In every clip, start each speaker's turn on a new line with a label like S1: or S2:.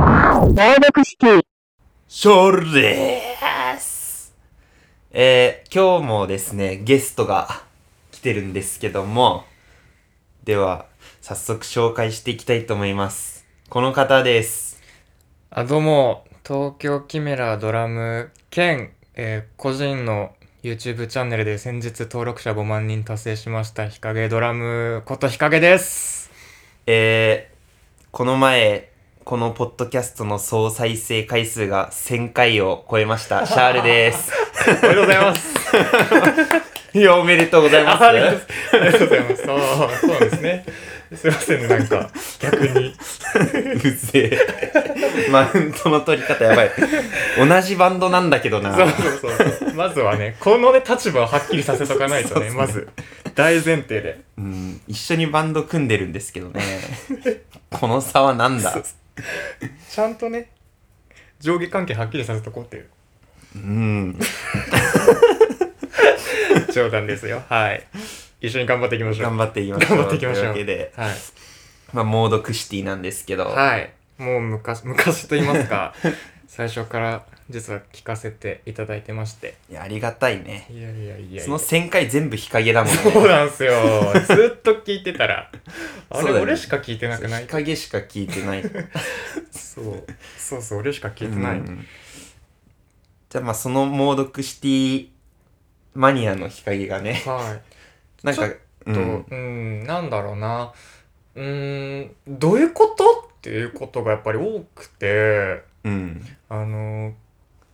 S1: 朗読シティ。
S2: それーすえー、今日もですね、ゲストが来てるんですけども、では、早速紹介していきたいと思います。この方です。
S3: あ、どうも、東京キメラドラム兼、えー個人の YouTube チャンネルで先日登録者5万人達成しました日陰ドラムこと日陰です。
S2: えー、この前、このポッドキャストの総再生回数が1000回を超えました、シャール です。
S3: おめでとうございます。
S2: いや、おめでとうございます。
S3: ありがと うありがとうございます。そう、そうなんですね。すいませんね、なんか、逆に。
S2: うぜえ。マウントの取り方やばい。同じバンドなんだけどな。
S3: そうそうそう。まずはね、このね、立場をはっきりさせとかないとね、まず、大前提で。
S2: うん、一緒にバンド組んでるんですけどね。 この差はなんだ
S3: ちゃんとね、上下関係はっきりさせとこうっていう。
S2: うん。
S3: 冗談ですよ。はい。一緒に頑張っていきましょう。
S2: 頑張っていきましょう。
S3: 頑張っていきましょう。
S2: というわけで、
S3: はい。
S2: まあ、モードクシティなんですけど、
S3: はい。もう昔、昔と言いま すか、最初から実は聞かせていただいてまして。
S2: いやありがたいね。
S3: いやいやいやいや
S2: その1000回全部日陰だもんね。
S3: そうな んすよ。ずっと聞いてたら。あ
S2: そう
S3: れ、
S2: だよね
S3: 俺しか聞いてなくない
S2: 日陰しか聞いてない。
S3: そう。そうそう、俺しか聞いてない。
S2: うんじゃあまあそのモードクシティマニアの日陰がね、
S3: は
S2: なんか、
S3: い。と、
S2: う
S3: うんん、なんだろうな。うーん、どういうことっていうことがやっぱり多くて、
S2: うん。
S3: あの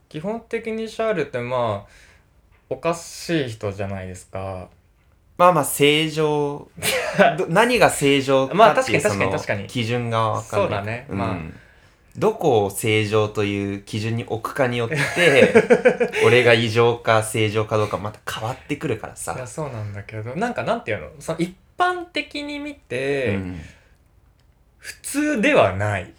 S3: 基本的にシャールってまあおかしい人じゃないですか
S2: まあまあ正 常ど何が正常
S3: ま
S2: か
S3: あ
S2: っていう
S3: 確かに
S2: その
S3: 確かに確かに
S2: 基準が分かんない
S3: そうだね
S2: ん
S3: まあ
S2: どこを正常という基準に置くかによって 俺が異常か正常かどうかまた変わってくるから
S3: いや
S2: さ、
S3: そうなんだけどなんかなんていうのその一般的に見
S2: う
S3: て、
S2: ん、
S3: 普通ではない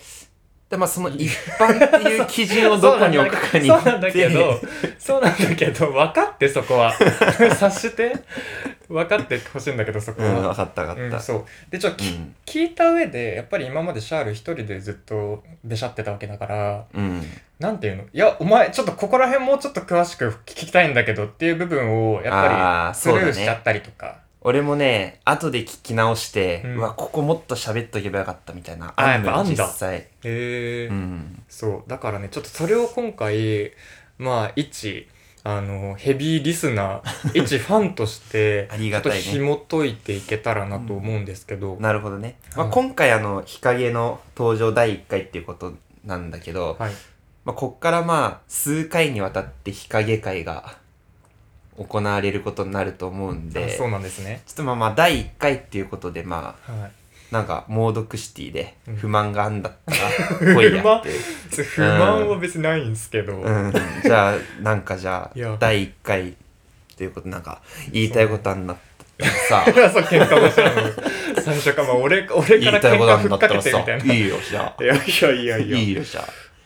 S2: でまあその一般っていう基準をどこに置くかによ
S3: そ
S2: って
S3: うなんだけどそうなんだけど分かってそ こは察して分かってほしいんだけどそこ
S2: うん分
S3: は、
S2: かった分
S3: う
S2: か
S3: ん、
S2: った、
S3: そうでちょっとき、
S2: うん
S3: 聞いた上でやっぱり今までシャール一人でずっとべしゃってたわけだから
S2: うん、
S3: なんていうのいや、お前、ちょっとここら辺もうちょっと詳しく聞きたいんだけどっていう部分を、や
S2: あ
S3: っぱ
S2: ー
S3: りスルーしちゃったりとか。
S2: 俺もね後で聞き直して、う
S3: うん
S2: わここもっと喋っとけばよかったみたいな
S3: あ
S2: のよ
S3: やっぱあんだ
S2: 実際、
S3: へえ
S2: うん、
S3: そう。だからね、ちょっとそれを今回、まあ、一、あの、ヘビーリスナ ー、一ファンとして、
S2: あり
S3: ちょ
S2: が
S3: っと
S2: たいね
S3: 紐解いていけたらなと思うんですけど。
S2: なるほどね、まあ、
S3: はい
S2: 今回あの日陰の登場第1回っていうことなんだけど、
S3: はい。
S2: まあ、こっからまあ数回にわたって日陰会が行われることになると思うん
S3: あ
S2: でち
S3: そ
S2: ょ
S3: うなんですね。
S2: っとまあまあ第1回っていうことでまあ
S3: はい。
S2: なんか猛毒シティで
S3: うん
S2: 不満があんだった ら来いやって、
S3: 不満は別にないんですけど。
S2: うん、じゃあなんかじゃ
S3: いや
S2: あ第1回っていうことなんか言いたいことあんなったらさ
S3: そう、喧嘩もした の。最初から、まあ、俺、俺
S2: 言
S3: か
S2: い
S3: ら
S2: た
S3: 喧
S2: いことあ
S3: 嘩
S2: ん
S3: ふ
S2: だ
S3: っ
S2: った
S3: かけ
S2: ら
S3: て
S2: さ
S3: みたいな。
S2: いいよじゃ
S3: いやいやいや
S2: あ
S3: いや。
S2: いいよじゃ
S3: い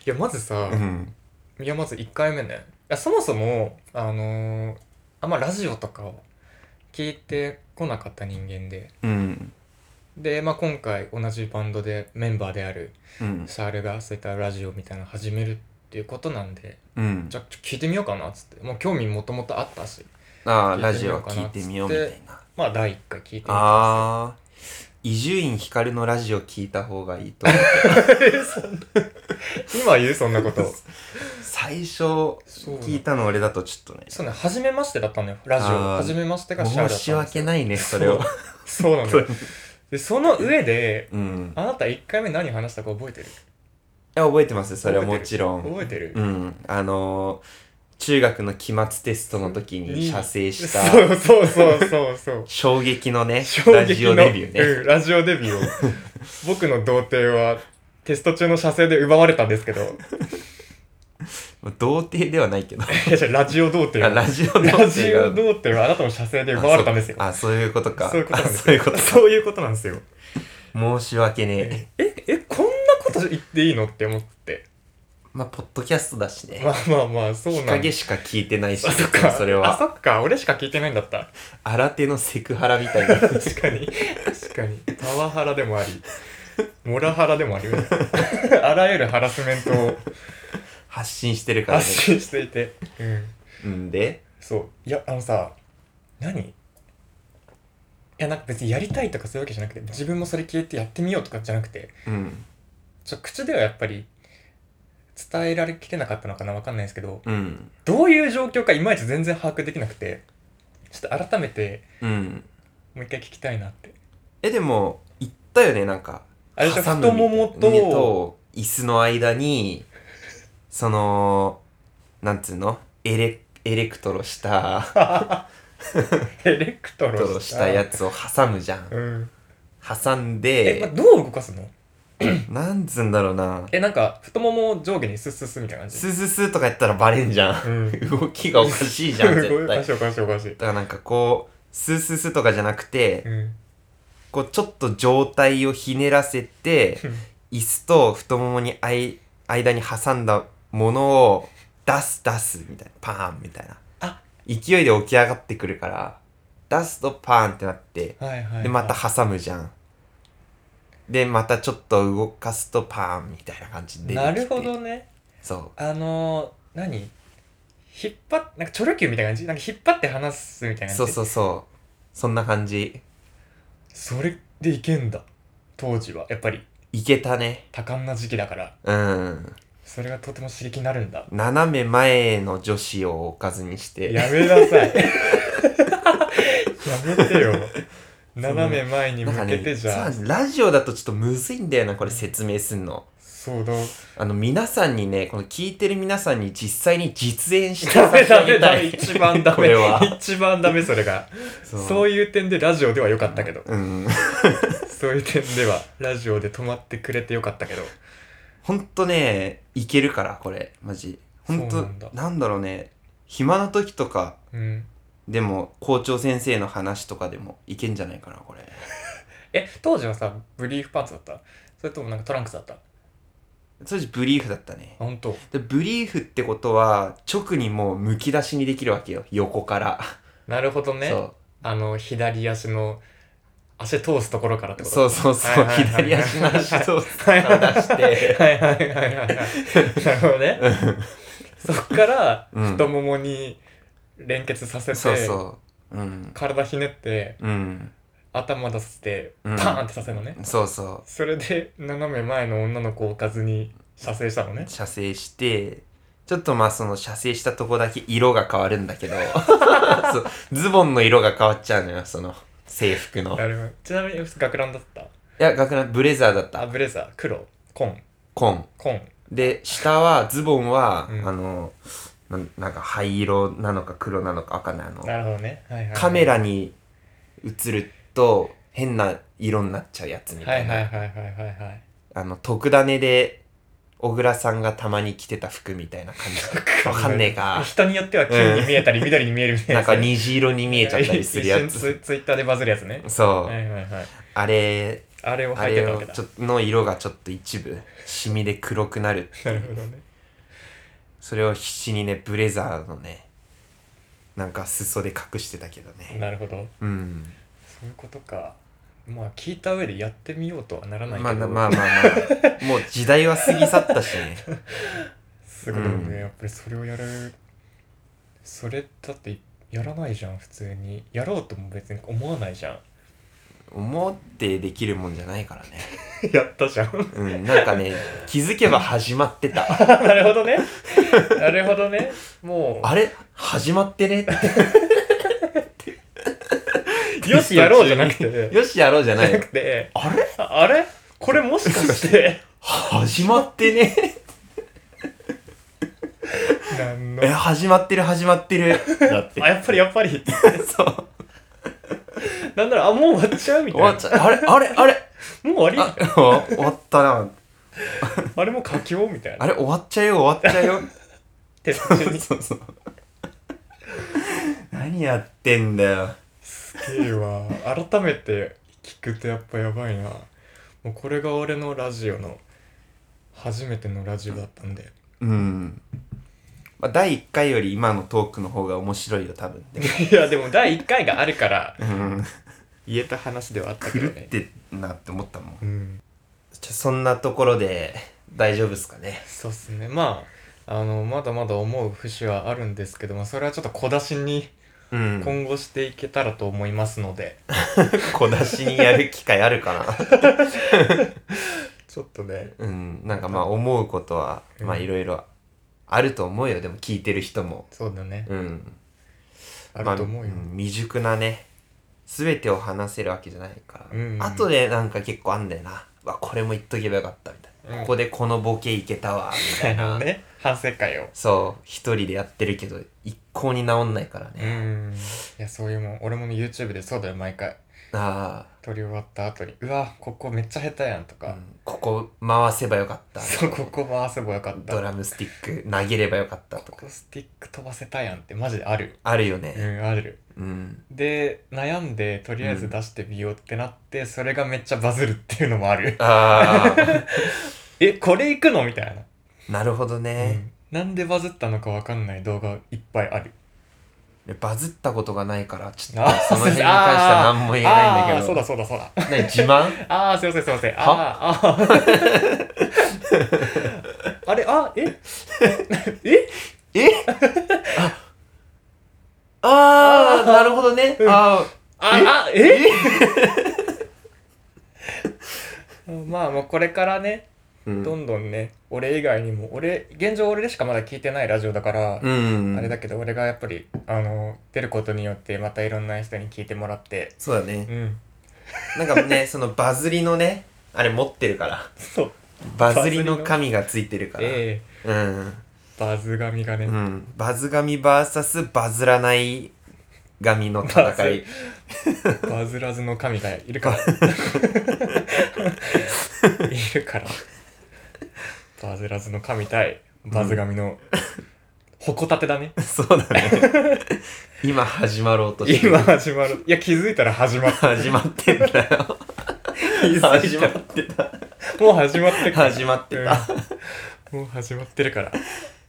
S3: やまずさ
S2: あ、うん
S3: いやまず1回目ねいやそもそもあのーあんまラジオとかを聞いてこなかった人間で
S2: うん
S3: で、まあ、今回同じバンドでメンバーである
S2: うん
S3: シャールがそういったラジオみたいなの始めるっていうことなんで
S2: うん
S3: じゃあちょ聞いてみようかなっつってもう興味もともとあったし
S2: ああ
S3: 聞いてみようか
S2: ラ
S3: な
S2: ジオ聞いてみようみたいな
S3: まあ第1回聞いてみた
S2: ああ伊集院光のラジオ聞いた方がいい と思う
S3: 今言うそんな こと
S2: 最初
S3: そう
S2: 聞いたの俺だとちょっとね
S3: そうね初めましてだったのよラジオ
S2: あー
S3: 初めましてがシャールだった
S2: 申し訳
S3: い
S2: ないねそれを
S3: そうな のよでその上で
S2: うん
S3: あなた1回目何話したか覚えてる
S2: いや覚えてますよそれはもちろん
S3: 覚えてる
S2: うんあのー中学の期末テストの時に
S3: に
S2: 射精した
S3: そうそうそうそうそう
S2: 衝撃のね
S3: 衝撃の
S2: ラジオデビュー
S3: うん、
S2: ね
S3: ラジオデビューを 僕の童貞はテスト中の写生で奪われたんですけどい
S2: 童貞ではないけど
S3: や違うラジオ童貞
S2: あ
S3: は
S2: ラジオ童
S3: ラ
S2: 貞
S3: ジ
S2: が
S3: オ童貞はあなたの写生で奪われたんですよ
S2: あそうあそういうことか
S3: そういうことなん
S2: あ
S3: で す
S2: そういう
S3: よ
S2: こと
S3: そういうことなんですよ
S2: 申し訳ねえ
S3: ええこんなこと言っていいのって思って
S2: まあ、ポッドキャストだしね。
S3: まあまあまあそう
S2: 日
S3: なん
S2: 陰しか聞いてないし、
S3: あそっか
S2: それ
S3: あそ
S2: は。
S3: っか俺しか聞いてないんだった
S2: 新手のセクハラみたいな。
S3: 確かに確かにパワハラでもありモラハラでもあるよ ねあらゆるハラスメントを
S2: 発信してるからね
S3: 発。信していて、うん、
S2: うんで、
S3: そういやあのさ何いやなんか別にやりたいとかそういうわけじゃなくて自分もそれ消えてやってみようとかじゃなくて
S2: うん、
S3: ちょ口ではやっぱり伝えられきれなかったのかなわかんないですけど
S2: うん、
S3: どういう状況かいまいち全然把握できなくてちょっと改めて
S2: うん。
S3: もう一回聞きたいなって
S2: え、でも、言ったよね、なんか。
S3: あれでしょ
S2: 挟む
S3: 太ももと
S2: 胸と椅子の間に、その、なんつうのエレ、エレクトロした、
S3: エレクト
S2: エレクト
S3: ロ
S2: ロ
S3: し
S2: したたやつを挟むじゃん。
S3: うん
S2: 挟ん
S3: え、ま
S2: で、
S3: どう動かすの
S2: なんつうんだろうな。
S3: えなんか太ももを上下にスッスッスみたいな感じ
S2: スースースーとかやったらバレんじゃ。
S3: うんん
S2: 動き がおかしい じゃん、絶
S3: おか
S2: 対。
S3: しいおかしいおかしい
S2: だからなんかこう、スースースーとかじゃなくて、
S3: うん
S2: こうちょっと上体をひねらせて、椅子と太ももにあい間に挟んだものを出す出すみたいな、パーンみたいな。
S3: あ
S2: 勢いで起き上がってくるから、出すとパーンってなって、
S3: はいはいはい
S2: で、また挟むじゃん。で、またちょっと動かすとパーンみたいな感じで出てきて。
S3: なるほどね
S2: そう。
S3: あのー、何引っ張っなんかチョロ Q みたいな感じなんか引っ張って話すみたいな
S2: そ
S3: 感
S2: う
S3: じ
S2: そうそう。そんな感じ。
S3: それでいけんだ当時はやっぱり
S2: いけたね。
S3: 多感な時期だから
S2: うん。
S3: それがとても刺激になるんだ
S2: 斜め前の女子をおかずにして。
S3: やめな さいやめてよ斜め前に
S2: なんか
S3: 向け
S2: ね、
S3: てじゃあ
S2: そうラジオだとちょっとむずいんだよな、これ説明すんの。
S3: そうだ
S2: あの、皆さんにね、この聞いてる皆さんに実際に実演して
S3: ダメダ
S2: あ
S3: メ
S2: げ
S3: ダ
S2: た
S3: メ
S2: い。
S3: 一番 ダ
S2: こ
S3: メ
S2: れは。
S3: 一番ダメそれが
S2: そ
S3: そういう点でラジオでは良かったけど
S2: うん。
S3: そういう点ではラジオで止まってくれて良かったけど
S2: ほんとね、いけるから、これ。マジ。ほん
S3: そ
S2: と
S3: うなんだ、
S2: なんだろうね。暇な時とか、
S3: うん
S2: でも、校長先生の話とかでもいけんじゃないかな、これ。
S3: え当時はさブリーフパンツだったそれともなんかトランクスだったあ
S2: それじゃブリーフだったね。
S3: 本当
S2: で、ブリーフってことは、直にもうむき出しにできるわけよ。横から。
S3: なるほどね
S2: そう。
S3: あの左足の足通すところからってこと
S2: そうそうそう、
S3: はいはいはい
S2: 左足の足とから出して、
S3: はいはいはいはいはいなるほどね そっから
S2: うん
S3: 太ももに連結させて、
S2: そうそう、うん、
S3: 体ひねって
S2: うん、
S3: 頭出せてパ
S2: うん
S3: ーンってさせるのね、
S2: そうそ
S3: それで斜め前の女の子を置かずに射精したのね
S2: う、射精して、ちょっとまあその射精したとこだけ色が変わるんだ けど、そうズボンの色が変わっちゃうのよ、その制服の。い
S3: なるほどちなみに学ランだった
S2: や、学ラン、ブレザーだっ
S3: あ
S2: た、
S3: ブレザー黒紺
S2: 紺。
S3: 紺
S2: で、下は、ズボンは、
S3: うん
S2: あの、なんなんか灰色なのか黒なのか赤なの。
S3: なるほどね、はいはいはい、
S2: カメラに映ると変な色になっちゃうやつみ
S3: は
S2: た
S3: い
S2: い
S3: はい
S2: な。
S3: はいはいはいはい
S2: あの、特ダネで、小倉さんがたまに着てた服みたいな感 じ。わかんねえか。
S3: 人によっては金に見えたり緑に見える みたいな
S2: なん
S3: やつ
S2: か虹色に見えちゃったりするや
S3: 一瞬
S2: つ。
S3: ツツイッターでバズるやつね
S2: そ
S3: は
S2: う。
S3: いはいはい
S2: あれ、
S3: あれを
S2: あ
S3: 履いて
S2: れ
S3: たわ
S2: を
S3: けだ
S2: ちょっとの色がちょっと一部、シミで黒くなる。
S3: なるほどね
S2: それを必死にね、ブレザーのね、なんか裾で隠してたけどね。
S3: なるほど
S2: うん。
S3: そういうことかまあ聞いた上でやってみようとはなら
S2: ま
S3: な
S2: あ
S3: い
S2: ま
S3: け
S2: あま
S3: ど、
S2: あまあま あ。もう時代は過ぎ去ったしね。
S3: すごいね、
S2: うん
S3: やっぱりそれをやるそれだってやらないじゃん普通にやろうとも別に思わないじゃん
S2: 思ってできるもんじゃないからね。
S3: やったじゃん
S2: うん、なんかね、 気づけば始まってた。
S3: なるほどねなるほどねも
S2: あれ始まってねって
S3: うよしやろうじゃなくて
S2: よしやろうじゃ
S3: じ
S2: な
S3: ゃないく。て
S2: あれ
S3: あれこれもしか して
S2: 始まってね
S3: 何の
S2: え、始まってる始まってる。だって
S3: あ、やっぱりやっ ぱり
S2: そう。
S3: なんならあもう終わっちゃうみた
S2: 終
S3: いな
S2: わっ
S3: も
S2: ちゃう。あれあれあれ
S3: う終わ
S2: あ
S3: り、
S2: 終わったな。
S3: あれもう佳境みたいな
S2: あれ終わっちゃうよ、終わっちゃうよ。
S3: 鉄柱にす
S2: そう そう。何やってんだよ。
S3: げえわ改めて聞くとやっぱやばいなもうこれが俺のラジオの初めてのラジオだったんで
S2: うん。まあ、第1回より今のトークの方が面白 いよ、多分。
S3: いやでも第1回があるから
S2: うん。
S3: 言えた話ではあったけ
S2: 狂
S3: ど
S2: っ
S3: ね
S2: てんなって思ったもん。
S3: うん
S2: じゃそんなところで大丈夫ですかね。
S3: そうっすねまああのまだまだ思う節はあるんですけどもそれはちょっと小出しに
S2: うん。
S3: 今後していけたらと思いますので、
S2: 小出しにやる機会あるかな。
S3: ちょっとね
S2: うん。なんかまあ思うことは、まあいろいろあると思うよ。でも聞いてる人も。
S3: そうだね、
S2: うん。
S3: あると思うよ、
S2: まあん未熟なね全てを話せるわけじゃないから、
S3: うんうん
S2: 後でなんか結構あんだよなうわこれも言っとけばよかったみたいな、
S3: うん
S2: ここでこのボケいけたわみたいな、
S3: ね反省会を
S2: そう一人でやってるけど一向に治んないから
S3: う
S2: ね、
S3: んいやそういうもん俺も YouTube でそうだよ毎回
S2: あ
S3: 撮り終わった後にうわここめっちゃ下手やんと
S2: あ、う
S3: か、
S2: んここ回せばよかった
S3: そうここ回せばよかった
S2: ドラムスティック投げればよかったと
S3: こ
S2: か
S3: こスティック飛ばせたやんってマジである
S2: あるよ
S3: う
S2: ね
S3: んある
S2: うん、
S3: で悩んでとりあえず出してみようってなって、それがめっちゃバズるっていうのもある
S2: あ
S3: えこれいくのみたいな、
S2: あなるほどね、
S3: うんなんでバズったのかわかんない動画いっぱいある
S2: バズったことがないからちょっ
S3: あ
S2: とそ
S3: ー
S2: の辺に関しては何も言えないんだ
S3: あー
S2: け
S3: そう
S2: ど
S3: だそうだそ うだ
S2: 何自慢
S3: ああすいませんすいませんあ
S2: は
S3: ーあーあれあええ
S2: えああーなるほどね。あ
S3: ああえ まあもうこれからね
S2: ーうん
S3: どんどんね俺以外にも俺現状俺でしかまだ聞いてないラジオだから、
S2: うん。
S3: あれだけど俺がやっぱりあの出ることによってまたいろんな人に聞いてもらって
S2: そうだ
S3: う
S2: ね。
S3: ん
S2: なんか ね、そのバズりのね、あれ持ってるから。
S3: そう
S2: バズりの神がついてるから。
S3: え
S2: うん。
S3: えバズ神がね、
S2: うん。バズ神 VS バズらない神の戦い。
S3: バズらずの神がいるからいるからバズらずの神対バズ神の矛盾だね
S2: そうだね。 今始まろうとしてる
S3: 今。始まるいや気づいたら始まった
S2: 始まってんだよ。
S3: 気づいたら
S2: 始まってた。
S3: もう始まってる
S2: 始まってた。
S3: うんもう始まってるから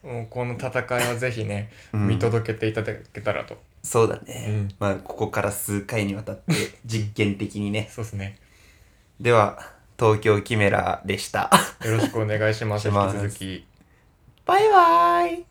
S3: もうこの戦いはぜひね、
S2: うん
S3: 見届けていただけたらと
S2: そうだね。
S3: うん
S2: まあ、ここから数回にわたって実験的にね。
S3: そうですね
S2: では、東京キメラでした。
S3: よろしくお願いします
S2: し
S3: 引
S2: ます
S3: き続き
S2: バイバーイ